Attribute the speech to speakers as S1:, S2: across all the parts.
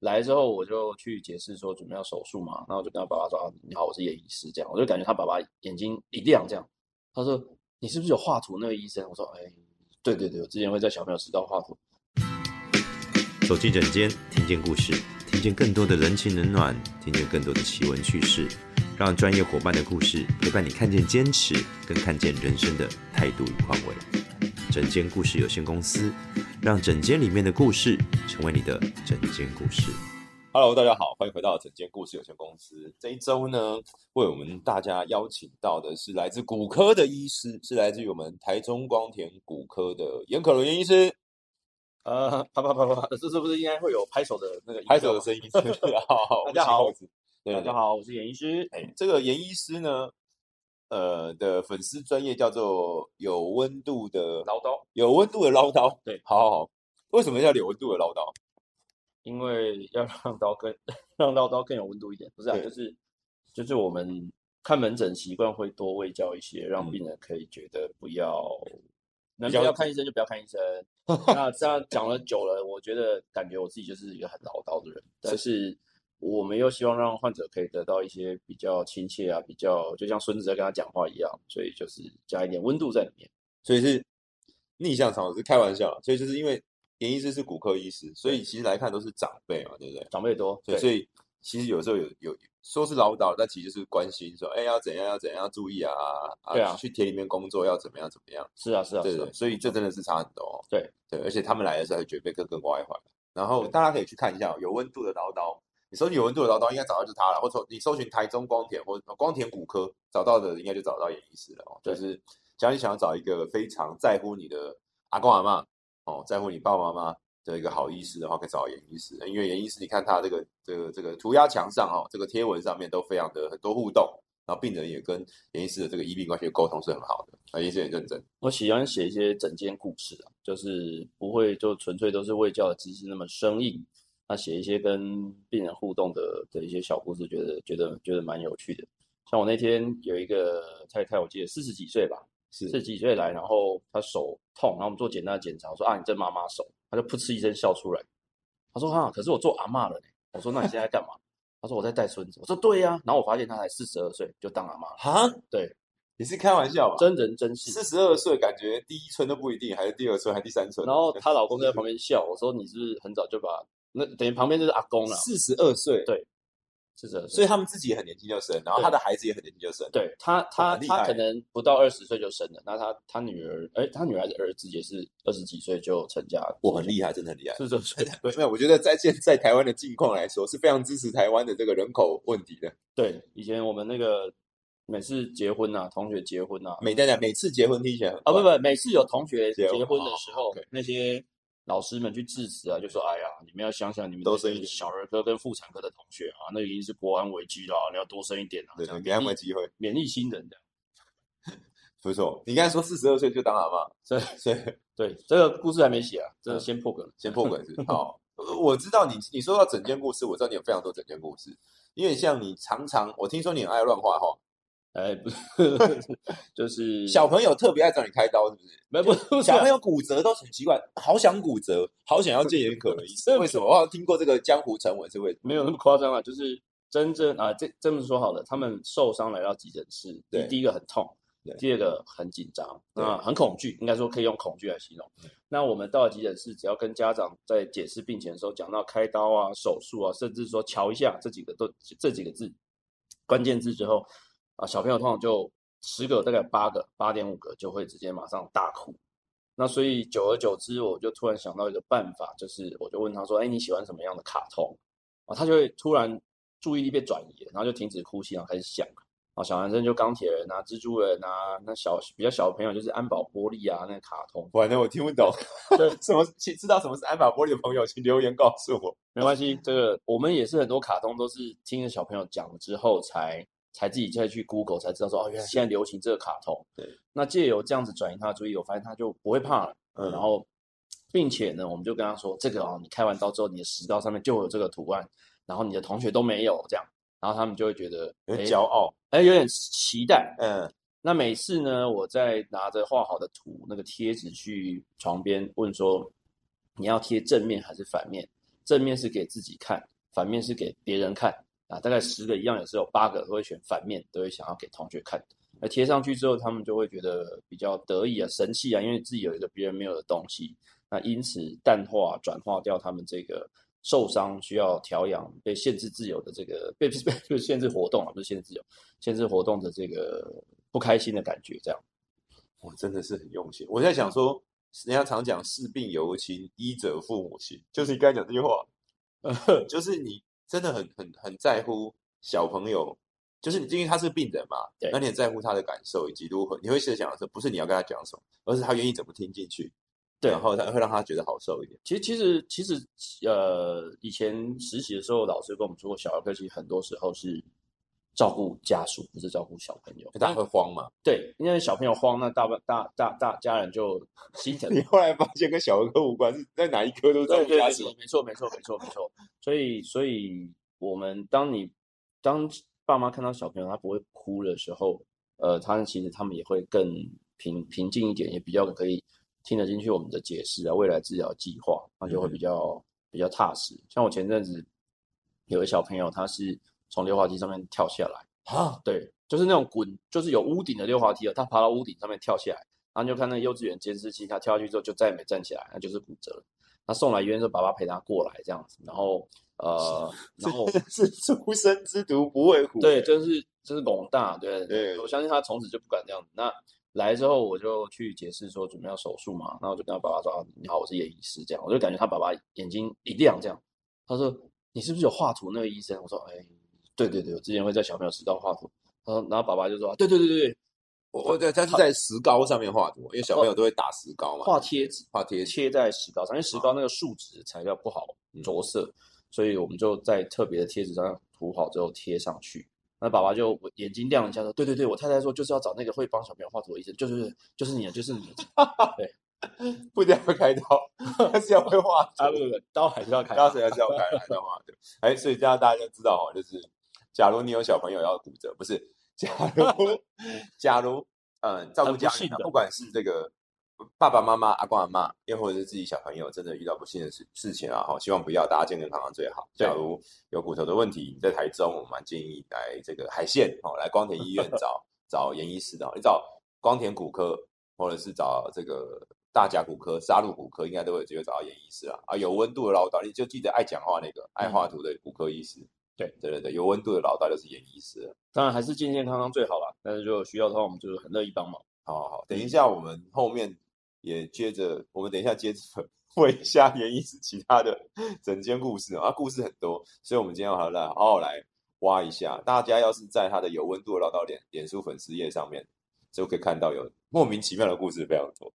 S1: 来之后我就去解释说准备要手术嘛，然后我就跟他爸爸说啊，你好，我是叶医师这样，我就感觉他爸爸眼睛一亮这样，他说你是不是有画图那个医生？我说哎，对对对，我之前会在小朋友食道画图。
S2: 走进诊间，听见故事，听见更多的人情冷暖，听见更多的奇闻趣事，让专业伙伴的故事陪伴你看见坚持，更看见人生的态度与宽慰。诊间故事有限公司，让诊间里面的故事成为你的诊间故事。
S3: Hello，大家好，欢迎回到整间故事有限公司。这一周呢，为我们大家邀请到的是来自骨科的医师，是来自于我们台中光田骨科的严可伦严医师，啊
S1: 呃，啪啪啪啪，这是不是应该会有拍手的那个音
S3: 拍手
S1: 效
S3: 的
S1: 吗
S3: 声音是不是？好好，
S1: 大家好
S3: 我们是猴子对
S1: 大家好，我是严医师。
S3: 哎，这个严医师呢，呃的粉丝专业叫做有温度的
S1: 唠叨，
S3: 有温度的唠叨，
S1: 对
S3: 好好好，为什么叫有温度的唠叨？
S1: 因为要让刀更 让刀刀更有温度一点，不是啊，
S3: 对
S1: 就是就是我们看门诊习惯会多喂教一些，
S3: 嗯
S1: 让病人可以觉得不要，能
S3: 比
S1: 不
S3: 较
S1: 要看医生就不要看医 生。那这样讲了久了，我觉得感觉我自己就是一个很唠叨的人，但是我们又希望让患者可以得到一些比较亲切啊，比较就像孙子在跟他讲话一样，所以就是加一点温度在里面。
S3: 所以是逆向操作，是开玩笑，所以就是因为严医师是骨科医师，所以其实来看都是长辈嘛，对不对？
S1: 长辈多，
S3: 对，
S1: 对
S3: 所以其实有时候有有说是唠叨，但其实就是关心说，哎，要怎样要怎样要注意啊啊，
S1: 对啊
S3: 去田里面工作要怎么样怎么样，
S1: 是啊是啊
S3: 对
S1: 是啊
S3: 对，，所以这真的是差很多哦。
S1: 对
S3: 对，而且他们来的时候还绝对更更外环。然后
S1: 对
S3: 大家可以去看一下哦有温度的唠叨，你搜寻有温度的唠叨，应该找到就是他了，或者说你搜寻台中光田或光田骨科，找到的应该就找到演医师了哦。就
S1: 对
S3: 是假如你想要找一个非常在乎你的阿公阿嬷哦，在乎你爸爸妈妈。的一个好医师的话，可以找严医师，因为严医师，你看他这个这个这个涂鸦墙上哦，这个贴文上面都非常的很多互动，然后病人也跟严医师的这个医病关系的沟通是很好的，啊，严医师也认真。
S1: 我喜欢写一些整间故事啊，就是不会就纯粹都是卫教的知识那么生硬，那写一些跟病人互动的的一些小故事，觉得觉得觉得蛮有趣的。像我那天有一个太太，我记得四十几岁吧，
S3: 是
S1: 四十几岁来，然后她手痛，然后我们做简单的检查，我说啊你这妈妈手，她就噗嗤一声笑出来，她说哈、啊、可是我做阿嬷了呢，我说那你现在在干嘛？她说我在带孙子，我说对呀、然后我发现她才四十二岁就当阿嬷了，
S3: 哈，
S1: 对，
S3: 你是开玩笑吧？
S1: 啊真人真事。啊
S3: 四十二岁，感觉第一春都不一定，还是第二春，还是第三春？
S1: 然后她老公在旁边笑，我说你是不是很早就把那等于旁边就是阿公了，
S3: 四十二岁，
S1: 对是的，
S3: 所
S1: 以
S3: 以他们自己也很年轻就生，然后
S1: 对
S3: 他的孩子也很年轻就生，
S1: 对他他
S3: 很厉
S1: 他
S3: 害欸
S1: 可能不到二十岁就生了，那他他女儿，哎，他女儿还是儿子也是二十几岁就成家了，
S3: 我很厉害，真的很厉害。
S1: 四十岁，对
S3: 没有，我觉得在现在台湾的境况来说，是非常支持台湾的这个人口问题的。
S1: 对，以前我们那个每次结婚啊，同学结婚啊，
S3: 每大家每次结婚听起来很
S1: 啊不不，每次有同学
S3: 嗯结
S1: 结
S3: 婚
S1: 婚的
S3: 哦
S1: 时候
S3: ，OK，
S1: 那些老师们去致辞啊，就说：“哎呀，你们要想想你们
S3: 多
S1: 都
S3: 生
S1: 是
S3: 一点
S1: 小儿科跟妇产科的同学啊，那已经是国安危机了，你要多生一点啊，
S3: 对
S1: 这样
S3: 给他们
S1: 免
S3: 个
S1: 疫
S3: 机会，
S1: 免疫新人的。”
S3: 不错。你刚才说四十二岁就当阿妈，
S1: 所以
S3: 所以
S1: 对，这个故事还没写啊，这个
S3: 嗯
S1: 先破梗了。
S3: 先破梗是好。呃我知道你，你说到整件故事，我知道你有非常多整件故事，因为像你常常，我听说你很爱乱画哈，
S1: 哎， 不是，就是
S3: 小朋友特别爱找你开刀，是不是？
S1: 没不不
S3: 小朋
S1: 友
S3: 友骨折都很奇怪，好想骨折，好想要见眼可能医生。为什么？我好像听过这个江湖传闻，是为
S1: 没有那么夸张啊，就是真正啊，这这么说好了，他们受伤来到急诊室，
S3: 对
S1: 第第一个很痛
S3: 对，
S1: 第二个很紧张，
S3: 对嗯
S1: 那很恐惧，应该说可以用恐惧来形容。那我们到了急诊室，只要跟家长在解释病情的时候，讲到开刀啊、手术啊，甚至说瞧一下这几个都这几个字关键字之后，啊，小朋友通常就十个大概有八个八点五个就会直接马上大哭。那所以久而久之，我就突然想到一个办法，就是我就问他说：“哎，你喜欢什么样的卡通？”啊，他就会突然注意力被转移了，然后就停止哭泣，然后开始想啊，小男生就钢铁人啊、蜘蛛人啊，那小比较小的朋友就是安保玻璃啊，那个卡通。
S3: 完了我听不懂。
S1: 对，
S3: 什么？请知道什么是安法玻璃的朋友，请留言告诉我。
S1: 没关系，这个我们也是很多卡通都是听着小朋友讲了之后才才自己再去 Google 才知道说哦，原来现在流行这个卡通。
S3: 对，
S1: 那借由这样子转移他的注意，我发现他就不会怕了。
S3: 嗯
S1: 然后，并且呢，我们就跟他说，这个哦，你开完刀之后，你的食道上面就会有这个图案，然后你的同学都没有这样，然后他们就会觉得
S3: 有
S1: 诶
S3: 点骄傲。
S1: 哎，有点期待。
S3: 嗯，
S1: 那每次呢，我在拿着画好的图那个贴纸去床边问说，你要贴正面还是反面？正面是给自己看，反面是给别人看啊。大概十个一样，也是有八个都会选反面，都会想要给同学看。那贴上去之后，他们就会觉得比较得意啊、神气啊，因为自己有一个别人没有的东西。那因此淡化、转化掉他们这个受伤、需要调养、被限制自由的这个被被被限制活动啊，不是限制自由，限制活动的这个不开心的感觉，这样。
S3: 我真的是很用心。我在想说，人家常讲“视病由亲，医者父母亲”，就是你刚才讲这句话， 就是你真的很很很在乎小朋友，就是你因为他是病人嘛
S1: 对，
S3: 那你很在乎他的感受以及如何，你会试着想的是，不是你要跟他讲什么，而是他愿意怎么听进去，
S1: 对
S3: 然后他会让他觉得好受一点。
S1: 其实，其实，其实，呃，以前实习的时候，老师跟我们说过，小儿科其实很多时候是照顾家属，不是照顾小朋友。
S3: 大家会慌嘛？
S1: 对，因为小朋友慌，那大半大大大家人就 心疼。
S3: 你后来发现跟小儿科无关，是在哪一科都在
S1: 对对
S3: 家
S1: 对，
S3: 属。
S1: 没错没错没错没错。所以所以我们当你当爸妈看到小朋友他不会哭的时候，呃，他们其实他们也会更平平静一点，也比较可以听得进去我们的解释啊，未来治疗计划，那就会
S3: 嗯
S1: 比较、比较踏实。像我前阵子有个小朋友，他是从溜滑梯上面跳下来。
S3: 啊，
S1: 对，就是那种滚，就是有屋顶的溜滑梯哦，他爬到屋顶上面跳下来，然后就看那个幼稚园监视器，他跳下去之后就再也没站起来，那就是骨折了。他送来医院说，爸爸陪他过来这样子，然后呃，然后
S3: 是出生之犊不畏虎。
S1: 对，就是就是拱大，对
S3: 对
S1: 我相信他从此就不敢这样子。那来之后，我就去解释说准备要手术嘛，然后我就跟他爸爸说：“啊，你好，我是叶医师。”这样，我就感觉他爸爸眼睛一亮，这样，他说：“你是不是有画图那个医生？”我说：“哎，对对对，我之前会在小朋友石膏画图。”他说，然后爸爸就说：“啊对对对对对，
S3: 我我对，他是在石膏上面画图，因为小朋友都会打石膏嘛，
S1: 画贴纸，
S3: 画贴纸。
S1: 贴在石膏上，因为石膏那个树脂材料不好着色，所以我们就在特别的贴纸上涂好之后贴上去。那爸爸就眼睛亮了一下，说：“对对对，我太太说就是要找那个会帮小朋友画图的医生，就是就是你，啊就是你。
S3: 不一定要开刀， 但是要会画”
S1: 啊，不不不，刀还是要开
S3: 然后谁要知道开了的话，对，哎，所以这样大家就知道哦，就是假如你有小朋友要骨折，不是，假 如假如呃照顾
S1: 很不
S3: 家
S1: 幸
S3: 人啊，
S1: 的
S3: 不管是这个爸爸妈妈、阿公阿妈，又或者是自己小朋友真的遇到不幸的事事情啊，哈，希望不要，大家健健康康最好。
S1: 对
S3: 假如有骨头的问题，你在台中，我蛮建议来这个海线哦，来光田 医院找找严医师的哦，你找光田骨科，或者是找这个大甲骨科、杀戮骨科，应该都会直接找到严医师啊。啊，有温度的老导，你就记得爱讲话那个爱画图的骨科医师。
S1: 对
S3: 对对对，有温度的老大就是严医师了。啊
S1: 当然还是健健康康最好啦，但是就需要的话，我们就是很乐意帮忙。
S3: 好好好，等一下我们后面也接着，我们等一下接着 问一下严医师其他的整间故事啊，故事很多，所以我们今天要好好来好好来挖一下。大家要是在他的有温度的老道脸脸书粉丝页上面，就可以看到有莫名其妙的故事非常多。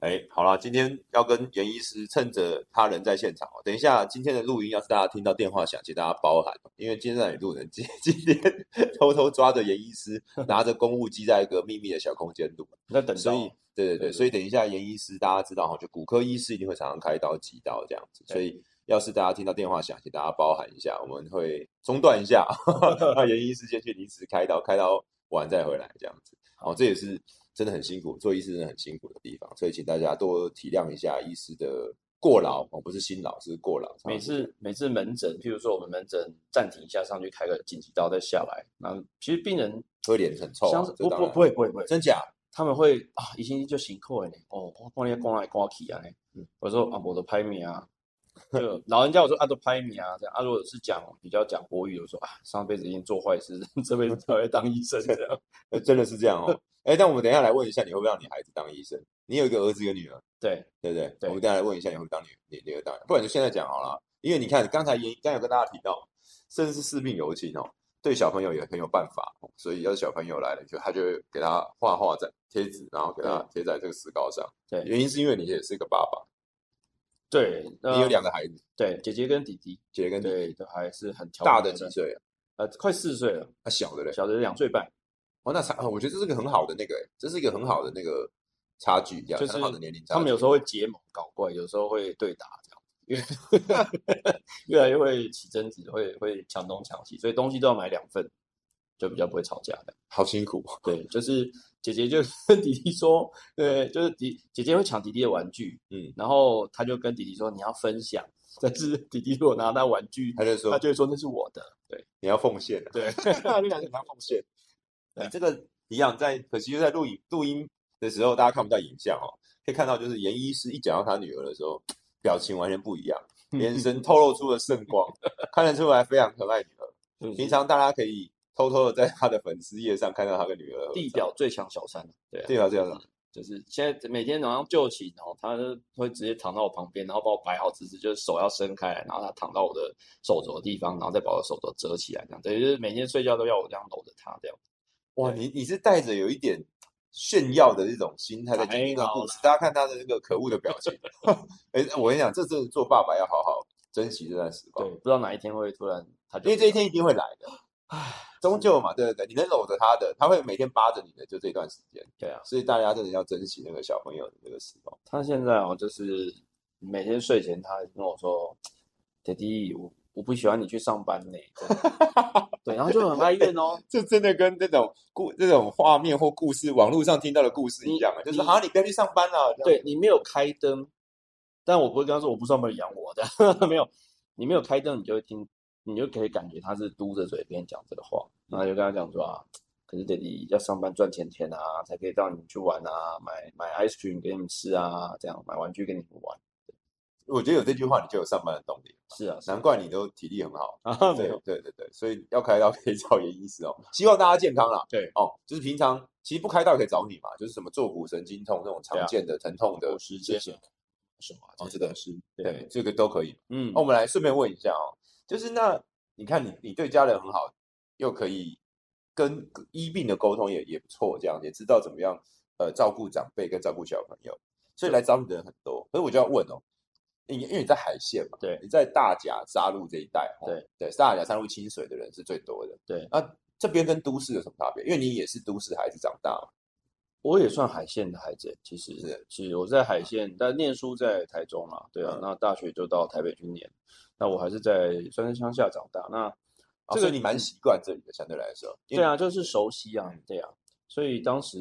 S3: 哎，好啦，今天要跟严医师趁着他人在现场哦，等一下今天的录音，要是大家听到电话响，请大家包涵，因为今天在录人，今今天 偷偷抓着严医师， 拿着公务机在一个秘密的小空间录。
S1: 那等
S3: 所
S1: 到
S3: 以，对对
S1: 啊对
S3: 对，
S1: 对
S3: 所以等一下，严医师大家知道哈，就骨科医师一定会常常开刀急刀这样子，
S1: 对
S3: 所以要是大家听到电话响，请大家包涵一下，我们会中断一下， 让严医师先去离职开刀，开刀完再回来这样子。哦，这也是真的很辛苦，做医师真的很辛苦的地方，所以请大家多体谅一下医师的过劳哦，不是辛劳，是过劳。
S1: 每次每次门诊，譬如说我们门诊暂停一下，上去开个紧急刀，再下来。那其实病人
S3: 会脸很臭啊
S1: 相似
S3: 这
S1: 不
S3: 当
S1: 不
S3: 然
S1: 不会不会不会，
S3: 真假？
S1: 他们会啊，医生就辛苦了呢，哦，我帮你
S3: 嗯
S1: 赶来赶去啊呢。我说啊，我都拍你 啊，就老人家我说啊，都拍你啊这样啊。如果是讲比较讲国语，我说啊，上辈子已经做坏事， 这辈子才会当医生这 样。
S3: 呃真的是这样哦。哎，但我们等一下来问一下，你会不会让你孩子当医生？你有一个儿子，一个女儿。
S1: 对，
S3: 对不对？
S1: 对
S3: 我们等一下来问一下，你会当女女女儿当然，不然就现在讲好了。因为你看，刚才也刚才有跟大家提到，甚至是视病尤其哦，对小朋友也很有办法哦。所以要是小朋友来了，就他就会给他画画在贴纸，然后给他贴在这个石膏上。
S1: 对
S3: 原因是因为你也是个爸爸，
S1: 对，
S3: 你有
S1: 呃
S3: 两个孩子，
S1: 对姐姐跟弟弟，
S3: 姐姐跟弟弟
S1: 对，都还是很调
S3: 大
S1: 皮
S3: 的几岁啊？
S1: 呃，快四岁了，
S3: 啊，小的嘞？
S1: 小的两岁半，
S3: 哦，那差，哦我觉得这是个很好的那个，这是一个很好的那个差距，这样
S1: 就是
S3: 很好的年龄差距。
S1: 他们有时候会结盟搞怪，有时候会对打这样， 越越来越会起争执，会会抢东抢西，所以东西都要买两份，就比较不会吵架的。
S3: 好辛苦哦，
S1: 对，就是姐姐就 跟弟弟说，对，就是弟姐姐会抢弟弟的玩具，
S3: 嗯
S1: 然后她就跟弟弟说你要分享， 但是弟弟如果拿他玩具，
S3: 他就说
S1: 他就会说那是我的，对
S3: 你要奉献啊，
S1: 对，他就想跟他奉献。
S3: 你这个一样在，可惜就在录影录音的时候，大家看不到影像哦，可以看到就是严医师一讲到他女儿的时候，表情完全不一样，
S1: 嗯
S3: 眼神透露出了圣光， 看得出来非常可爱女儿。平常大家可以偷偷的在他的粉丝页上看到他跟女儿合
S1: 地
S3: 照，
S1: 表最强小三，对啊、
S3: 对啊对啊，
S1: 就是现在每天早上就寝哦，他就会直接躺到我旁边，然后帮我摆好姿势，就是手要伸开来，然后他躺到我的手肘的地方，然后再把我的手肘折起来，这样等于就是每天睡觉都要我这样搂着他这样。
S3: 哇，你你是带着有一点炫耀的这种心态在听这段故事，大家看他的这个可恶的表情， 哎，我跟你讲，这真的做爸爸要好好珍惜这段时光
S1: 对，，不知道哪一天会突然他就
S3: 因为这一天一定会来的，终究嘛，对对对，你能搂着他的，他会每天扒着你的，就这段时间，
S1: 对啊，
S3: 所以大家真的要珍惜那个小朋友的这个时光。
S1: 他现在哦，就是每天睡前他跟我说：“爹地，我我不喜欢你去上班呢。” 对，然后就很哀怨哦。
S3: 这真的跟那种故那种画面或故事，网络上听到的故事一样啊，就是
S1: 你
S3: 好像你不要去上班啊了，这
S1: 对
S3: 样，
S1: 你没有开灯，但我不会跟他说我不上班你养我的， 没有，你没有开灯，你就会听，你就可以感觉他是嘟着嘴边讲这个话，然后就跟他讲说啊，可是爹地要上班赚钱钱啊，才可以让你们去玩啊，买买 ice cream 给你们吃啊，这样买玩具给你们玩。
S3: 我觉得有这句话，你就有上班的动力，
S1: 是啊，是啊
S3: 难怪你都体力很好。
S1: 啊， 没
S3: 对
S1: 有，
S3: 对对对，所以要开刀可以找严医师哦。希望大家健康啦。
S1: 对
S3: 哦，就是平常其实不开刀也可以找你嘛，就是什么坐骨神经痛这种
S1: 对
S3: 常
S1: 啊
S3: 见的疼痛的
S1: 时间
S3: 事情
S1: 什么啊？
S3: 哦，
S1: 这
S3: 这个是
S1: 对
S3: 对，这个都可以。
S1: 嗯
S3: 那、哦我们来顺便问一下哦，就是那你看你你对家人很好，又可以跟医病的沟通也也不错，这样也知道怎么样呃照顾长辈跟照顾小朋友，所以来找你的人很多。可是我就要问哦，因因为你在海线嘛，
S1: 对
S3: 你在大甲沙鹿这一带、哦，
S1: 对
S3: 对，大甲沙鹿清水的人是最多的。
S1: 对
S3: 那、这边跟都市有什么差别？因为你也是都市孩子长大嘛，
S1: 我也算海线的孩子，其实
S3: 是啊
S1: 是我在海线，但念书在台中嘛，对啊
S3: 嗯，
S1: 那大学就到台北去念，那我还是在算是乡下长大，那
S3: 哦
S1: 这个
S3: 所以你蛮习惯这里的，相对来说，因
S1: 对
S3: 为
S1: 啊，就是熟悉啊，对啊，所以
S3: 嗯
S1: 当时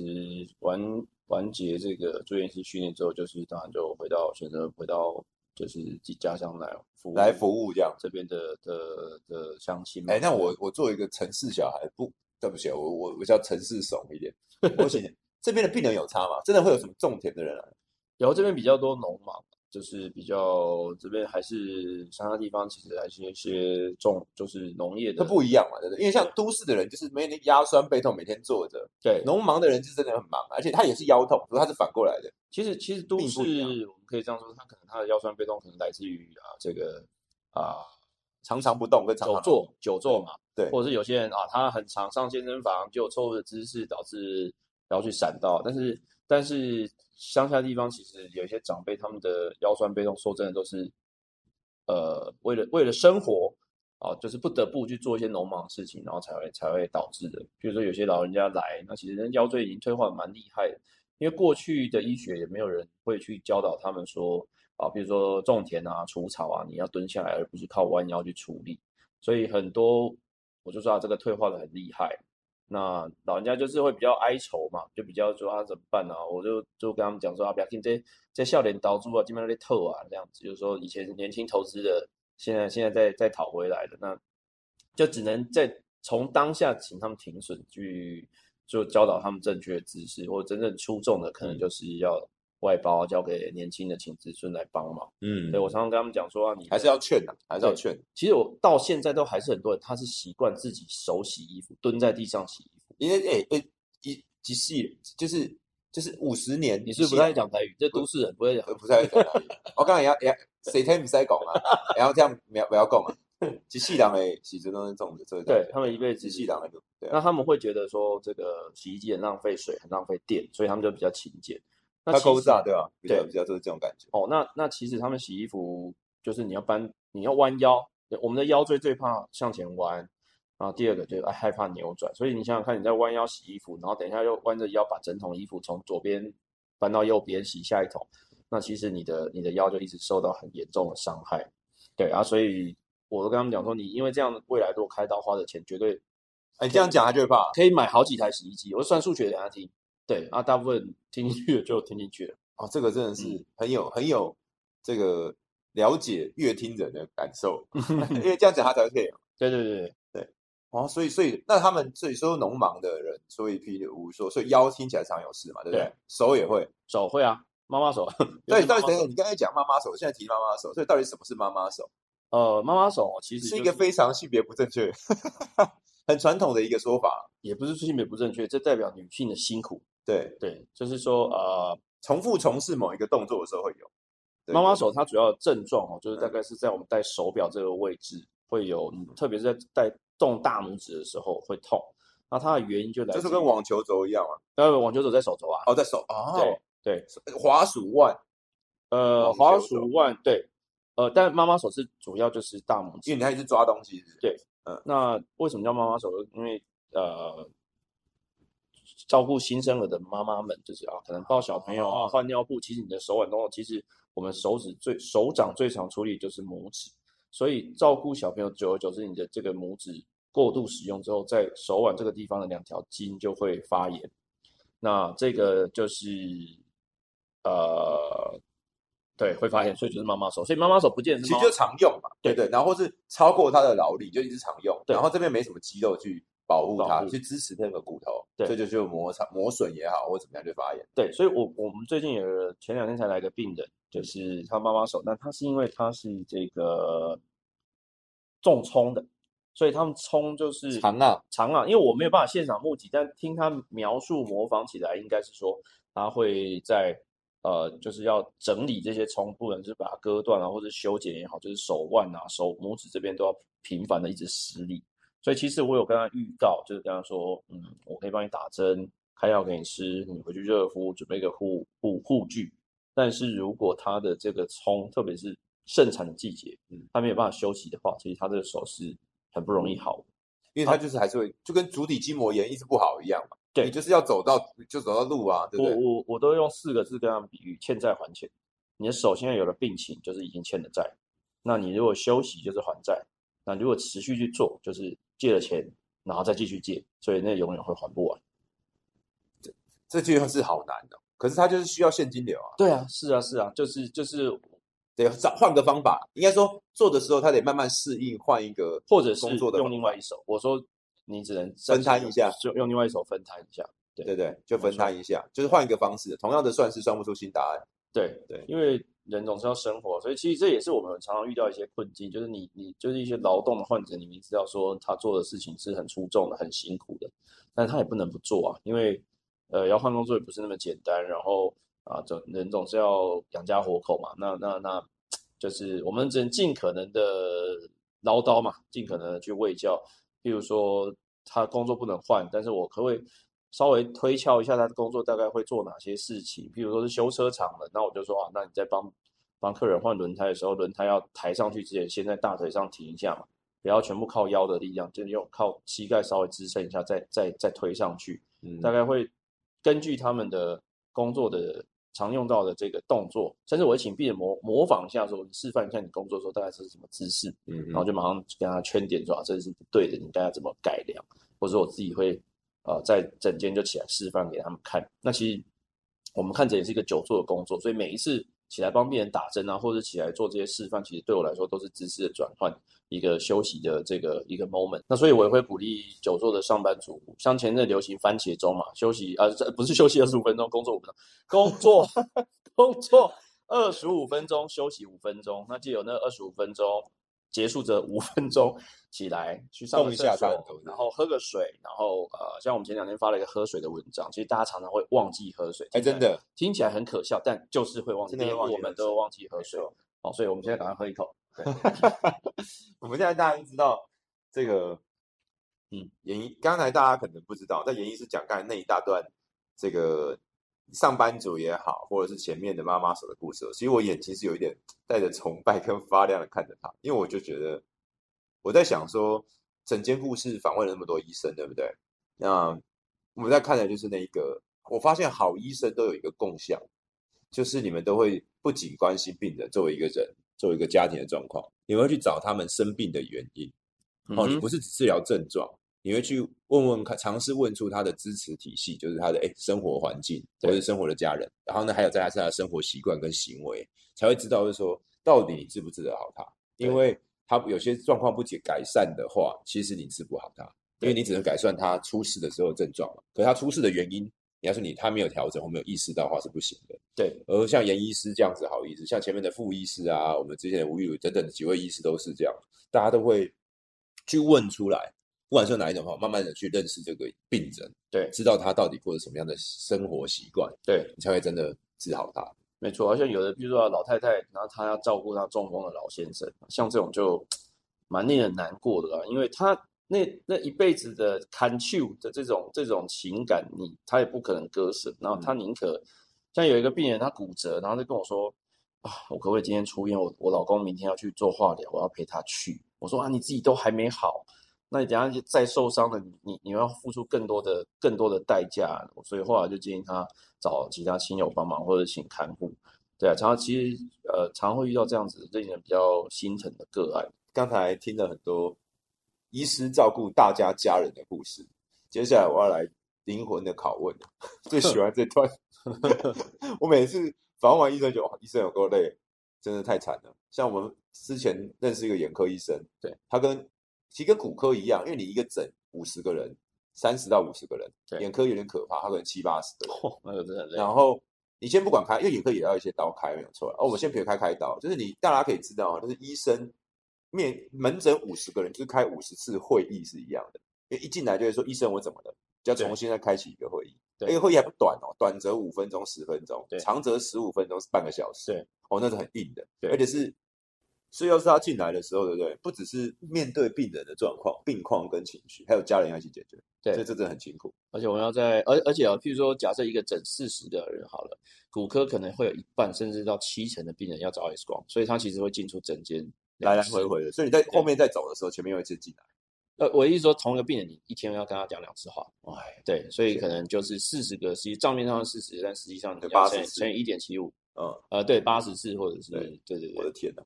S1: 完完结这个住院师训练之后，就是当然就回到选择回到就是自己家乡来服务
S3: 来服务这样。
S1: 这边的的的乡亲嘛，啊
S3: 哎，那我我作为一个城市小孩，不，对不起，啊我我我叫城市怂一点。我想这边的病人有差吗？真的会有什么种田的人啊来？
S1: 然后这边比较多农忙，就是比较这边还是乡下地方，其实还是一些种就是农业
S3: 这
S1: 的
S3: 不一样嘛，对不对？因为像都市的人就是没那腰酸背痛，每天坐着；
S1: 对。
S3: 农忙的人就真的很忙，啊而且他也是腰痛，可是他是反过来的。
S1: 其实其实都
S3: 并
S1: 市
S3: 不一样
S1: 我们可以这样说，它可能它的腰酸背痛可能来自于啊这个啊
S3: 常常不动跟常
S1: 久
S3: 常
S1: 坐久坐嘛，
S3: 对
S1: 或者是有些人啊他很常上健身房，就有错误的姿势导致腰去闪到，但是但是乡下地方其实有一些长辈他们的腰酸背痛，说真的都是呃为了为了生活。啊，就是不得不去做一些农忙的事情，然后才会才会导致的。比如说有些老人家来，那其实人腰椎已经退化得蛮厉害的，因为过去的医学也没有人会去教导他们说啊，比如说种田啊、除草啊，你要蹲下来，而不是靠弯腰去处理。所以很多我就说啊，这个退化的很厉害。那老人家就是会比较哀愁嘛，就比较说啊怎么办啊？我就就跟他们讲说啊，不要听这这笑脸倒住啊，基本上在透啊这样子，就是说以前年轻投资的，现在现在再再讨回来的，那就只能在从当下请他们停损去，就教导他们正确的知识，或者真正出众的可
S3: 嗯
S1: 能就是要外包啊交给年轻的请子孙来帮忙。
S3: 嗯
S1: 所以我常常跟他们讲说啊，你
S3: 还
S1: 的
S3: 是要劝的，还是要
S1: 对
S3: 劝。
S1: 其实我到现在都还是很多人，他是习惯自己手洗衣服，蹲在地上洗衣服。
S3: 因为哎哎一几系就是就是五十年，
S1: 你是不是
S3: 一系
S1: 不太讲台语，这都市人不会讲。
S3: 啊呃，不是要 讲台语，我刚才也要也要谁听唔使讲啊， 然后这样不要不要讲啊，一世人的时阵都是种的，这个
S1: 对他们一辈子
S3: 一世人的，对啊，
S1: 那他们会觉得说这个洗衣机很浪费水，很浪费电，所以他们就比较勤俭。那
S3: 他
S1: 其
S3: 勾
S1: 实
S3: 炸对吧？比较
S1: 对
S3: 比较就是这种感觉，
S1: 哦，那那其实他们洗衣服就是你要搬，你要弯腰，对我们的腰椎最怕向前弯，然后第二个就是哎害怕扭转，所以你想想看，你在弯腰洗衣服，然后等一下又弯着腰把整桶衣服从左边搬到右边洗下一桶，那其实你的你的腰就一直受到很严重的伤害，对啊，所以我都跟他们讲说，你因为这样未来如果开刀花的钱绝对
S3: 哎，你这样讲他就会怕，
S1: 可以买好几台洗衣机，我算数学给他听，对啊，大部分听进去的就听进去了，
S3: 哦，这个真的是很有很有这个了解乐听人的感 受，因为这样讲他才会 care 嘛。
S1: 对对对，
S3: 哦，所以所以那他们所以说农忙的人，所以譬如说，所以腰听起来常有事嘛，对不对？
S1: 对
S3: 手也会。
S1: 手会啊，妈 妈手。
S3: 对，到
S1: 到
S3: 底等一下你刚才讲妈妈手，现在提妈妈手，所以到底什么是妈妈手？
S1: 呃，妈妈手其实
S3: 是一
S1: 就
S3: 个非常性别不正确、很传统的一个说法。
S1: 也不是性别不正确，这代表女性的辛苦。
S3: 对，
S1: 对，就是说呃，
S3: 重复从事某一个动作的时候会有。对嗯
S1: 妈妈手它主要的症状哦，就是大概是在我们戴手表这个位置会有，特别是在戴动大拇指的时候会痛。那它的原因就来
S3: 就是
S1: 自
S3: 跟
S1: 于
S3: 网球肘一样嘛。啊
S1: 呃网球肘在手肘啊，
S3: 哦，在手哦
S1: 对，对，
S3: 滑鼠腕，
S1: 呃
S3: 网
S1: 滑
S3: 球肘
S1: 鼠腕对，呃，但妈妈手是主要就是大拇
S3: 因为
S1: 指
S3: 你。还是抓东西是不是。
S1: 对那为什么叫妈妈手？因为呃，照顾新生儿的妈妈们，就是啊，可能抱小朋友啊、换尿布，其实你的手腕动作，其实我们手指最手掌最常处理就是拇指，所以照顾小朋友，久而久之，你的这个拇指过度使用之后，在手腕这个地方的两条筋就会发炎。那这个就是呃，对，会发炎，所以就是妈妈手，所以妈妈手不见得
S3: 其
S1: 是
S3: 实
S1: 妈
S3: 就常用嘛，对
S1: 对
S3: 对，然后或是超过它的劳力，就一直常用，
S1: 对
S3: 然后这边没什么肌肉去保护它，
S1: 保护
S3: 去支持那个骨头，
S1: 对
S3: 所以就就磨伤、磨损也好，或怎么样就发炎。
S1: 对，所以我我们最近有个前两天才来个病人，就是他妈妈手，那他是因为他是这个重冲的，所以他们冲就是
S3: 长啊，
S1: 长啊，因为我没有办法现场目击，但听他描述模仿起来，应该是说他会在呃，就是要整理这些冲，不能是把它割断啊，或者修剪也好，就是手腕啊、手拇指这边都要频繁的一直施力。所以其实我有跟他预告，就是跟他说，嗯，我可以帮你打针，开药给你吃，你回去热敷，准备个护护护具。但是如果他的这个冲，特别是盛产的季节，嗯，他没有办法休息的话，其实他这个手是很不容易好的。
S3: 因为它就是还是会，就跟足底筋膜炎一直不好一样嘛。
S1: 对
S3: 你就是要走到就走到路啊，对不
S1: 我
S3: 对？
S1: 我我都用四个字跟他们比喻：欠债还钱。你的手现在有了病情，就是已经欠了债。那你如果休息，就是还债；那如果持续去做，就是借了钱，然后再继续借，所以那永远会还不完。
S3: 这句话是好难哦，可是它就是需要现金流啊，
S1: 对啊，是啊，是啊，就是就是，
S3: 得找换个方法。应该说做的时候，它得慢慢适应，换一个
S1: 或者是
S3: 工作的
S1: 用另外
S3: 一，
S1: 一手。我说你只能
S3: 分摊一下，
S1: 就用另外一手分摊一下。
S3: 对对，就分摊一下，就是换一个方式。同样的算式算不出新答案，
S1: 对
S3: 对
S1: 因为人总是要生活，所以其实这也是我们常常遇到一些困境，就是你你就是一些劳动的患者，你明知道说他做的事情是很出众的、很辛苦的，但他也不能不做啊，因为呃要换工作也不是那么简单，然后啊总人总是要养家活口嘛，那那那就是我们只能尽可能的唠叨嘛，尽可能的去喂教，譬如说他工作不能换，但是我可不可以稍微推敲一下他的工作大概会做哪些事情？譬如说是修车厂的，那我就说啊，那你在帮帮客人换轮胎的时候，轮胎要抬上去之前，先在大腿上停一下嘛，不要全部靠腰的力量，就是用靠膝盖稍微支撑一下，再再再推上去。
S3: 嗯
S1: 大概会根据他们的工作的常用到的这个动作，甚至我会请病人模模仿一下说，你示范一下你工作的时候大概是什么姿势，
S3: 嗯
S1: 然后就马上跟他圈点说啊，这是不对的，你应该要怎么改良，或者我自己会呃在整间就起来示范给他们看。那其实我们看着也是一个久坐的工作，所以每一次起来帮病人打针啊，或者起来做这些示范，其实对我来说都是知识的转换，一个休息的这个一个 moment。那所以我也会鼓励久坐的上班族，像前阵流行番茄钟嘛，休息啊、这不是休息二十五分钟，工作五分钟，工作 工作二十五分钟，休息五分钟。那借由那二十五分钟结束这五分钟，起来去上
S3: 动
S1: 个
S3: 一
S1: 厕
S3: 下
S1: 所
S3: 大家都是
S1: 然后喝个水，然后呃，像我们前两天发了一个喝水的文章，其实大家常常会忘记喝水，
S3: 哎，
S1: 听起来
S3: 真的，
S1: 听起来很可笑，但就是会忘记，
S3: 真的
S1: 连
S3: 会忘记
S1: 我
S3: 喝
S1: 们
S3: 水
S1: 都忘记喝
S3: 没
S1: 水
S3: 错
S1: 哦，所以我们现在赶快喝一口。
S3: 我们现在大家知道这个，
S1: 嗯，
S3: 演艺刚才大家可能不知道，但演艺是讲刚才那一大段这个上班族也好，或者是前面的妈妈手的故事，其实我眼睛是有一点带着崇拜跟发亮的看着他，因为我就觉得我在想说，整间故事访问了那么多医生，对不对？那我们在看的就是那一个，我发现好医生都有一个共享，就是你们都会不仅关心病人作为一个人，作为一个家庭的状况，你们会去找他们生病的原因。哦，你
S1: 嗯哼
S3: 不是只治疗症状，你会去问问看，尝试问出他的支持体系，就是他的哎生活环境，或
S1: 对
S3: 是生活的家人，然后呢，还有再加上他的生活习惯跟行为，才会知道就是说到底你治不治得好它？因
S1: 对
S3: 为它有些状况不解改善的话，其实你治不好它，因为你只能改善它出事的时候的症状嘛。可它出事的原因，你要是你他没有调整或没有意识到的话是不行的。
S1: 对
S3: 而像严医师这样子好医师，像前面的傅医师啊，我们之前的吴玉如等等几位医师都是这样，大家都会去问出来，不管是哪一种哈，慢慢的去认识这个病人，
S1: 对
S3: 知道他到底过着什么样的生活习惯，
S1: 对，
S3: 你才会真的治好他。
S1: 没错，好像有的，比如说老太太，然后她要照顾她中风的老先生，像这种就蛮令人难过的啦，啊因为她那那一辈子的 c o n t r o 的这种这种情感，你她也不可能割舍，然后她宁可像有一个病人，他骨折，然后就跟我说啊，我可不可以今天出院？我我老公明天要去做化疗，我要陪他去。我说啊，你自己都还没好，那你等一下再受伤了，你你你要付出更多的更多的代价，所以后来就建议他找其他亲友帮忙或者请看护。对啊，常常其实呃，常会遇到这样子令人比较心疼的个案。
S3: 刚才听了很多医师照顾大家家人的故事，接下来我要来灵魂的拷 问，最喜欢这段。我每次访问完医生就，哇医生有够累，真的太惨了。像我们之前认识一个眼科医生，
S1: 对
S3: 他跟其实跟骨科一样，因为你一个诊五十个人，三十到五十个人，
S1: 对
S3: 眼科有点可怕，他可能七八十个人。
S1: 嚯，那个真的很累。
S3: 然后你先不管开，因为眼科也要一些刀开，没有错啦。哦，我们先撇开开刀，就是你大家可以知道啊，就是医生面门诊五十个人，就是开五十次会议是一样的。因为一进来就会说医生我怎么了，就要重新再开启一个会议。
S1: 对
S3: 那个会议还不短哦，短则五分钟、十分钟
S1: 对，
S3: 长则十五分钟、半个小时。
S1: 对，
S3: 哦，那是很硬的，
S1: 对
S3: 而且是。所以要是他进来的时候，对不对？不只是面对病人的状况、病况跟情绪，还有家人要一起解决，
S1: 对
S3: 所以这真的很辛苦。
S1: 而且我们要在，而而且啊，譬如说，假设一个诊四十个人好了，骨科可能会有一半甚至到七成的病人要找 X 光，所以他其实会进出诊间
S3: 来来
S1: 两次
S3: 回。回的，所以你在后面再走的时候，前面又一次进来。
S1: 呃，我的意思说，同一个病人你一天要跟他讲两次话，哎，对，所以可能就是四十个，实际账面上是四十，但实际上你
S3: 对
S1: 要
S3: 80
S1: 乘以
S3: 次
S1: 乘以一点七五，
S3: 嗯，
S1: 呃，对，八十次或者是
S3: 对
S1: 对对
S3: 我的嗯天呐、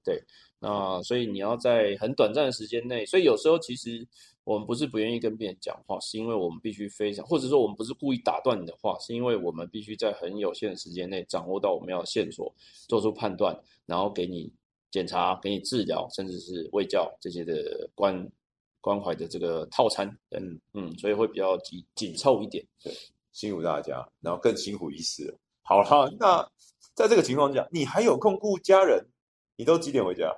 S1: 那所以你要在很短暂的时间内，所以有时候其实我们不是不愿意跟别人讲话，是因为我们必须非常，或者说我们不是故意打断你的话，是因为我们必须在很有限的时间内掌握到我们要的线索，做出判断，然后给你检查、给你治疗，甚至是卫教这些的关关怀的这个套餐。对
S3: 嗯
S1: 嗯，所以会比较紧紧凑一点。
S3: 辛苦大家，然后更辛苦医师了。好啦，那在这个情况下，你还有空顾家人？你都几点回家？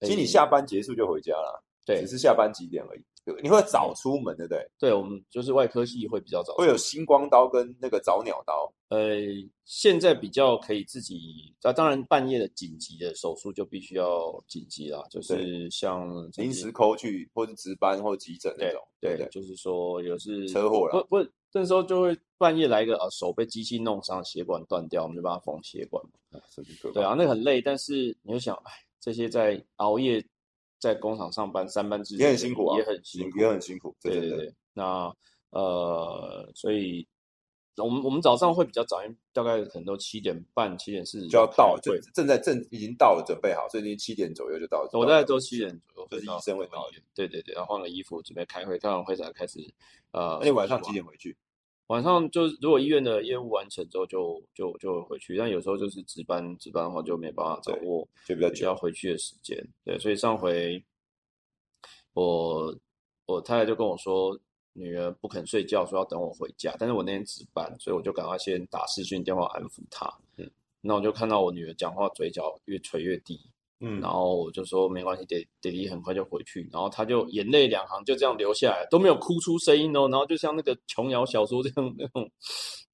S3: 其实你
S1: 诶
S3: 下班结束就回家了，
S1: 哎对
S3: 只是下班几点而已。对你会早出门，对不对？
S1: 对，我们就是外科系会比较早
S3: 会有星光刀跟那个早鸟刀，
S1: 呃，现在比较可以自己，啊，当然半夜的紧急的手术就必须要紧急啦，就是像
S3: 临时，抠去，或是值班或急诊那种，对
S1: 对
S3: 不对？
S1: 就是说有是
S3: 车祸啦
S1: 不不，那时候就会半夜来一个啊，手被机器弄伤，血管断掉，我们就帮他缝血管嘛。
S3: 神经科
S1: 对啊，那个很累，但是你就想，哎，这些在熬夜在工厂上班三班制
S3: 也很辛苦啊，
S1: 也很辛苦，
S3: 也很辛苦，
S1: 对
S3: 对
S1: 对
S3: 对。
S1: 对，那呃，所以我们我们早上会比较早，因为大概可能都七点半、七点四十
S3: 就要到了，
S1: 对
S3: 正，正在正已经到了，准备好，所以你七点左右就到了。
S1: 我大概都七点左右
S3: 就是
S1: 会到，
S3: 医生会到
S1: 点，对对对，然后换个衣服准备开会，开完会才开始呃，
S3: 那你晚上几？点回去？
S1: 晚上就是如果医院的业务完成之后就就就回去，但有时候就是值班值班的话就没办法掌
S3: 对
S1: 握。
S3: 就比较
S1: 比
S3: 久。
S1: 较回去的时间。对，所以上回我我太太就跟我说，女儿不肯睡觉，说要等我回家。但是我那天值班，所以我就赶快先打视讯电话安抚她。
S3: 嗯，
S1: 那我就看到我女儿讲话嘴角越垂越低，
S3: 嗯
S1: 然后我就说没关系，爹爹地很快就回去，然后他就眼泪两行就这样流下来，都没有哭出声音哦，然后就像那个琼瑶小说这样那种，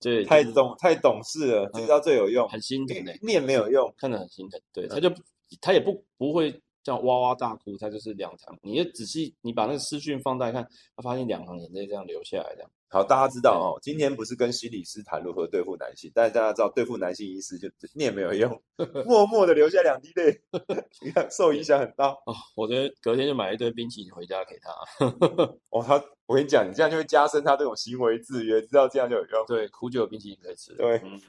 S1: 对，
S3: 太
S1: 就是
S3: 懂太懂事了，这招最有用。
S1: 很心疼欸的、
S3: 念没有用，
S1: 看得很心疼。对，
S3: 嗯
S1: 他就不他也不不会这样哇哇大哭，他就是两行，你就仔细你把那个视讯放大看，他发现两行眼泪这样流下来，这样
S3: 好，大家知道哦，今天不是跟心理师谈如何对付男性，但是大家知道对付男性医师就念没有 用，默默的流下两滴泪，你看受影响很大。
S1: 哦，我觉得隔天就买了一堆冰淇淋回家给他，
S3: 哦，他，我跟你讲，你这样就会加深他这种行为制约，知道这样就有用。
S1: 对，哭就有冰淇淋可以吃了，
S3: 对
S1: 嗯，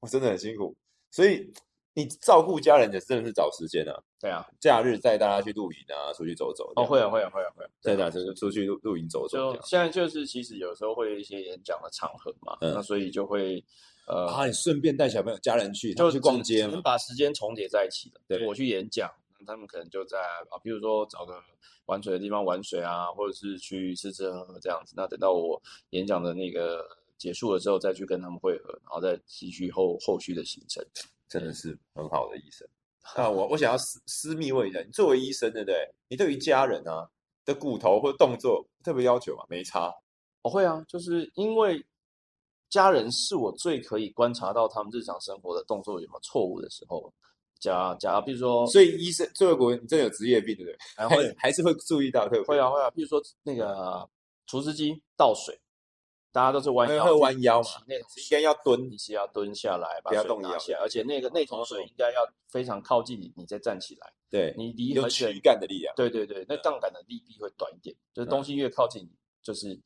S3: 我真的很辛苦，所以你照顾家人也真的是找时间啊，
S1: 对啊，
S3: 假日带大家去露营啊，啊出去走走。
S1: 哦，会啊，会啊，会啊，会啊。
S3: 带大家就是出去露露营走走这
S1: 就
S3: 样。
S1: 现在就是，其实有时候会有一些演讲的场合嘛，
S3: 嗯
S1: 那所以就会呃，
S3: 啊，你顺便带小朋友、家人去，他们去
S1: 只
S3: 逛街
S1: 只能
S3: 嘛。
S1: 把时间重叠在一起的。
S3: 对
S1: 我去演讲，那他们可能就在啊，比如说找个玩水的地方玩水啊，或者是去吃吃喝喝这样子。那等到我演讲的那个结束了之后，再去跟他们会合，然后再继续后后续的行程。
S3: 真的是很好的医生。那我我想要私私密问一下，你作为医生，对不对？你对于家人啊的骨头或动作特别要求吗？没差，
S1: 我会啊，就是因为家人是我最可以观察到他们日常生活的动作有没有错误的时候。假假，比如说，
S3: 所以医生作为国，你真的有职业病，对不对？
S1: 哎
S3: 还
S1: 会
S3: 是还是会注意到，特别
S1: 会啊会啊，比如说那个厨师机倒水，大家都是弯
S3: 哎会
S1: 腰，
S3: 会弯腰嘛
S1: 洗那种
S3: 应该要蹲
S1: 你是要蹲下来，把
S3: 不要
S1: 水
S3: 动哦
S1: 拿
S3: 摇
S1: 起来，而且那个那桶水应该要非常靠近你，你再站起来，
S3: 对，
S1: 你离
S3: 有
S1: 很
S3: 躯
S1: 远，
S3: 干的力量。
S1: 对对对，那杠杆的力臂会短一点，就是
S3: 嗯
S1: 东西越靠近你，就是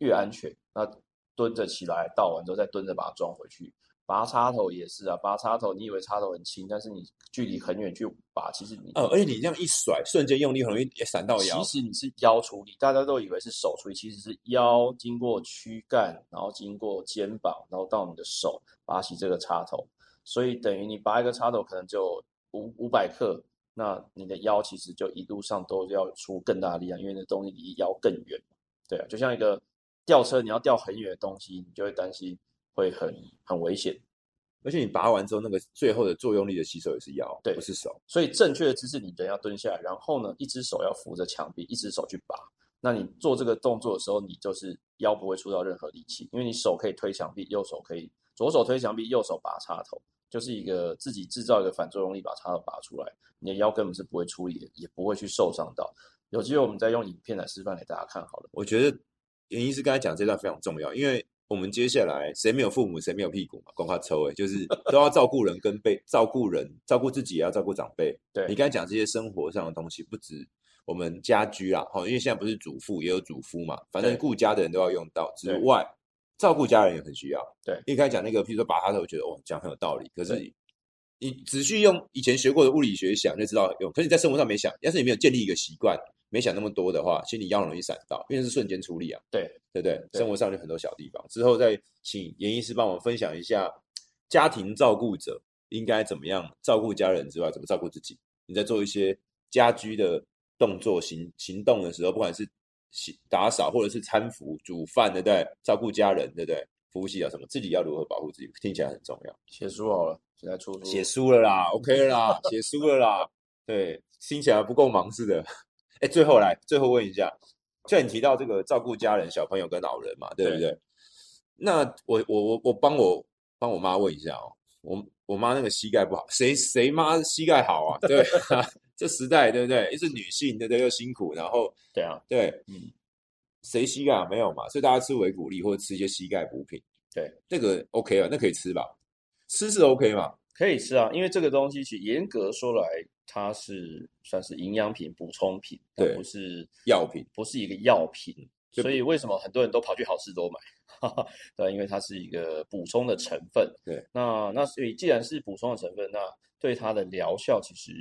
S1: 越安全。那蹲着起来，倒完之后再蹲着把它装回去。拔插头也是啊，拔插头，你以为插头很轻，但是你距离很远去拔，其实你
S3: 哦，而且你这样一甩，瞬间用力，很容易也闪到腰
S1: 其。实你是腰处理，大家都以为是手处理，其实是腰经过躯干，然后经过肩膀，然后到你的手拔起这个插头，所以等于你拔一个插头可能就五五百克，那你的腰其实就一路上都要出更大的力量，因为那东西离腰更远。对啊，就像一个吊车，你要吊很远的东西，你就会担心会很很危险。
S3: 而且你拔完之后，那个最后的作用力的吸收也是腰，
S1: 对
S3: 不是手。
S1: 所以正确的姿势，你人要蹲下来，然后呢，一只手要扶着墙壁，一只手去拔。那你做这个动作的时候，你就是腰不会出到任何力气，因为你手可以推墙壁，右手可以左手推墙壁，右手拔插头，就是一个自己制造一个反作用力，把插头拔出来。你的腰根本是不会出力的，也不会去受伤到。有机会我们再用影片来示范给大家看好了。
S3: 我觉得袁医师刚才讲这段非常重要，因为我们接下来谁没有父母，谁没有屁股嘛，光靠抽哎，就是都要照顾人跟被照顾人，照顾自己也要照顾长辈。
S1: 对
S3: 你刚才讲这些生活上的东西，不止我们家居啦，哈，因为现在不是主妇也有主夫嘛，反正
S1: 对
S3: 顾家的人都要用到之
S1: 对
S3: 外，照顾家人也很需要。
S1: 对
S3: 因为刚才讲那个，譬如说拔插头，我觉得哦讲很有道理，可是
S1: 对。
S3: 你只去用以前学过的物理学想就知道用，可是你在生活上没想，要是你没有建立一个习惯，没想那么多的话，其实你腰很容易闪到，因为是瞬间出力啊。
S1: 对，
S3: 对不对？
S1: 对
S3: 生活上有很多小地方，之后再请严医师帮我们分享一下家庭照顾者应该怎么样照顾家人之外，怎么照顾自己。你在做一些家居的动作行行动的时候，不管是洗打扫或者是搀扶、煮饭，对不对？照顾家人，对不对？服务系啊什么，自己要如何保护自己，听起来很重要。
S1: 写书好了，现在出书。
S3: 写书了啦，OK 了啦，写书了啦，对，听起来不够忙似的。哎，最后来，最后问一下，就你提到这个照顾家人、小朋友跟老人嘛，对不对？那我我我我帮我帮我妈问一下哦，我我妈那个膝盖不好，谁谁妈膝盖好啊？对啊 这时代对不对？又是女性，对不对？又辛苦，然后
S1: 对啊，
S3: 对，
S1: 嗯，
S3: 谁膝盖好没有嘛？所以大家吃维骨力或者吃一些膝盖补品，
S1: 对，
S3: 那个 OK 啊，那可以吃吧？吃是 OK 嘛？
S1: 可以吃啊，因为这个东西其实严格说来，它是算是营养品、补充品，它
S3: 对
S1: 不是
S3: 药品，
S1: 不是一个药品。
S3: 就
S1: 所以为什么很多人都跑去好事多买？ 哈哈，对，因为它是一个补充的成分。
S3: 对，
S1: 那那所以既然是补充的成分，那对它的疗效其实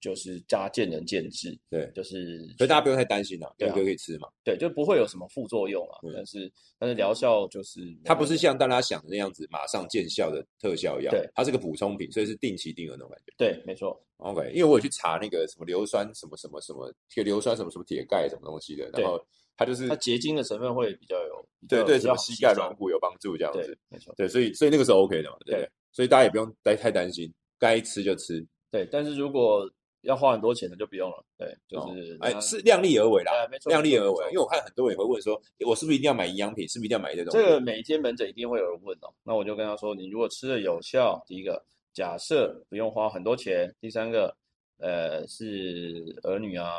S1: 就是家见仁见智，
S3: 对。
S1: 就是
S3: 所以大家不用太担心了，
S1: 对
S3: 佑
S1: 啊
S3: 哥可以吃嘛。
S1: 对，就不会有什么副作用啊。
S3: 嗯
S1: 但是但是疗效就是
S3: 它不是像大家想的那样子马上见效的特效药，
S1: 对，
S3: 它是个补充品，所以是定期定额那种感觉。
S1: 对，没错，
S3: OK，因为我有去查那个什么硫酸什么什么什么铁硫酸什么什么铁钙什么东西的，
S1: 对
S3: 然后它就是
S1: 它结晶的成分会比较有比较
S3: 对对
S1: 比
S3: 什
S1: 较
S3: 么
S1: 好
S3: 膝
S1: 吸
S3: 盖
S1: 收
S3: 软骨有帮助这样
S1: 对
S3: 子，，
S1: 没错。
S3: 对，所以所以那个是 OK 的嘛，对不对
S1: 对？
S3: 所以大家也不用太太担心，该吃就吃，
S1: 对，但是如果要花很多钱的就不用了。对，就
S3: 哦
S1: 是
S3: 哎
S1: 那
S3: 是量力而为啦，
S1: 哎没错
S3: 量
S1: 没
S3: 力
S1: 错
S3: 而
S1: 没
S3: 为。
S1: 错
S3: 因为我看很多人也会问说，我是不是一定要买营养品？是不是一定要买这种？
S1: 这个每天门诊一定会有人问哦。那我就跟他说，你如果吃的有效，第一个假设不用花很多钱，第三个呃是儿女啊、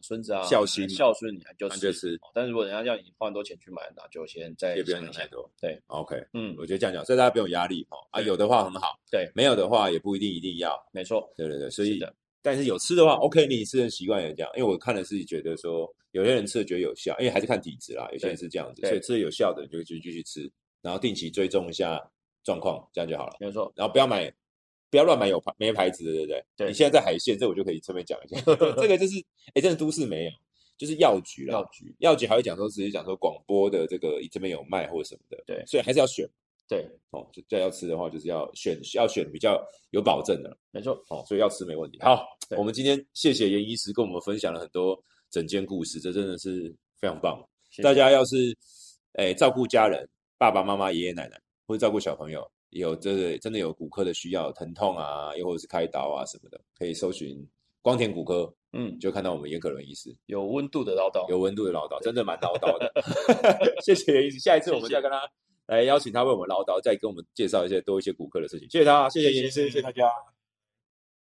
S1: 孙子啊
S3: 孝心嘛
S1: 孝顺你啊就
S3: 那
S1: 吃，
S3: 就吃
S1: 哦但是如果人家要你花很多钱去买，那就先再
S3: 也不用
S1: 想
S3: 想
S1: 一
S3: 太
S1: 下。
S3: 多。
S1: 对
S3: ，OK，
S1: 嗯，
S3: 我觉得这样讲，所以大家不用有压力哦。啊，
S1: 对
S3: 有的话很好，
S1: 对
S3: 没有的话也不一定一定要。
S1: 没错，
S3: 对对对，所以
S1: 是的
S3: 但是有吃的话，OK，你吃的习惯也这样。因为我看的是觉得说，有些人吃的觉得有效，因为还是看体质啦，有些人是这样子，
S1: 对
S3: 所以吃的有效的你就继继续吃，然后定期追踪一下状况，这样就好了。
S1: 没错，
S3: 然后不要买，不要乱买有牌没牌子的，对不对？
S1: 对
S3: 你现在在海鲜，这我就可以顺便讲一 下，这个就是，哎，真的都市没有，就是药局啦
S1: 药，局
S3: 药局还会讲说，直接讲说广播的这个这边有卖或者什么的，
S1: 对
S3: 所以还是要选，
S1: 对，
S3: 哦，就再要吃的话，就是要选要选比较有保证的
S1: 没错，
S3: 哦，所以要吃没问题。好，
S1: 对
S3: 我们今天谢谢严医师跟我们分享了很多整间故事，这真的是非常棒。
S1: 谢谢
S3: 大家要是诶照顾家人、爸爸妈妈、爷爷奶奶，或者照顾小朋友，有这个真的有骨科的需要，疼痛啊，又或者是开刀啊什么的，可以搜寻光田骨科，
S1: 嗯
S3: 你，就看到我们严可伦医师
S1: 有温度的唠叨，
S3: 有温度的唠叨，真的蛮唠叨的。 谢谢严医师，下一次我们
S1: 谢谢
S3: 再跟他来邀请他为我们唠叨，再跟我们介绍一些多一些骨科的事情。谢谢他，谢谢
S1: 谢谢
S3: 严医师，谢谢大家。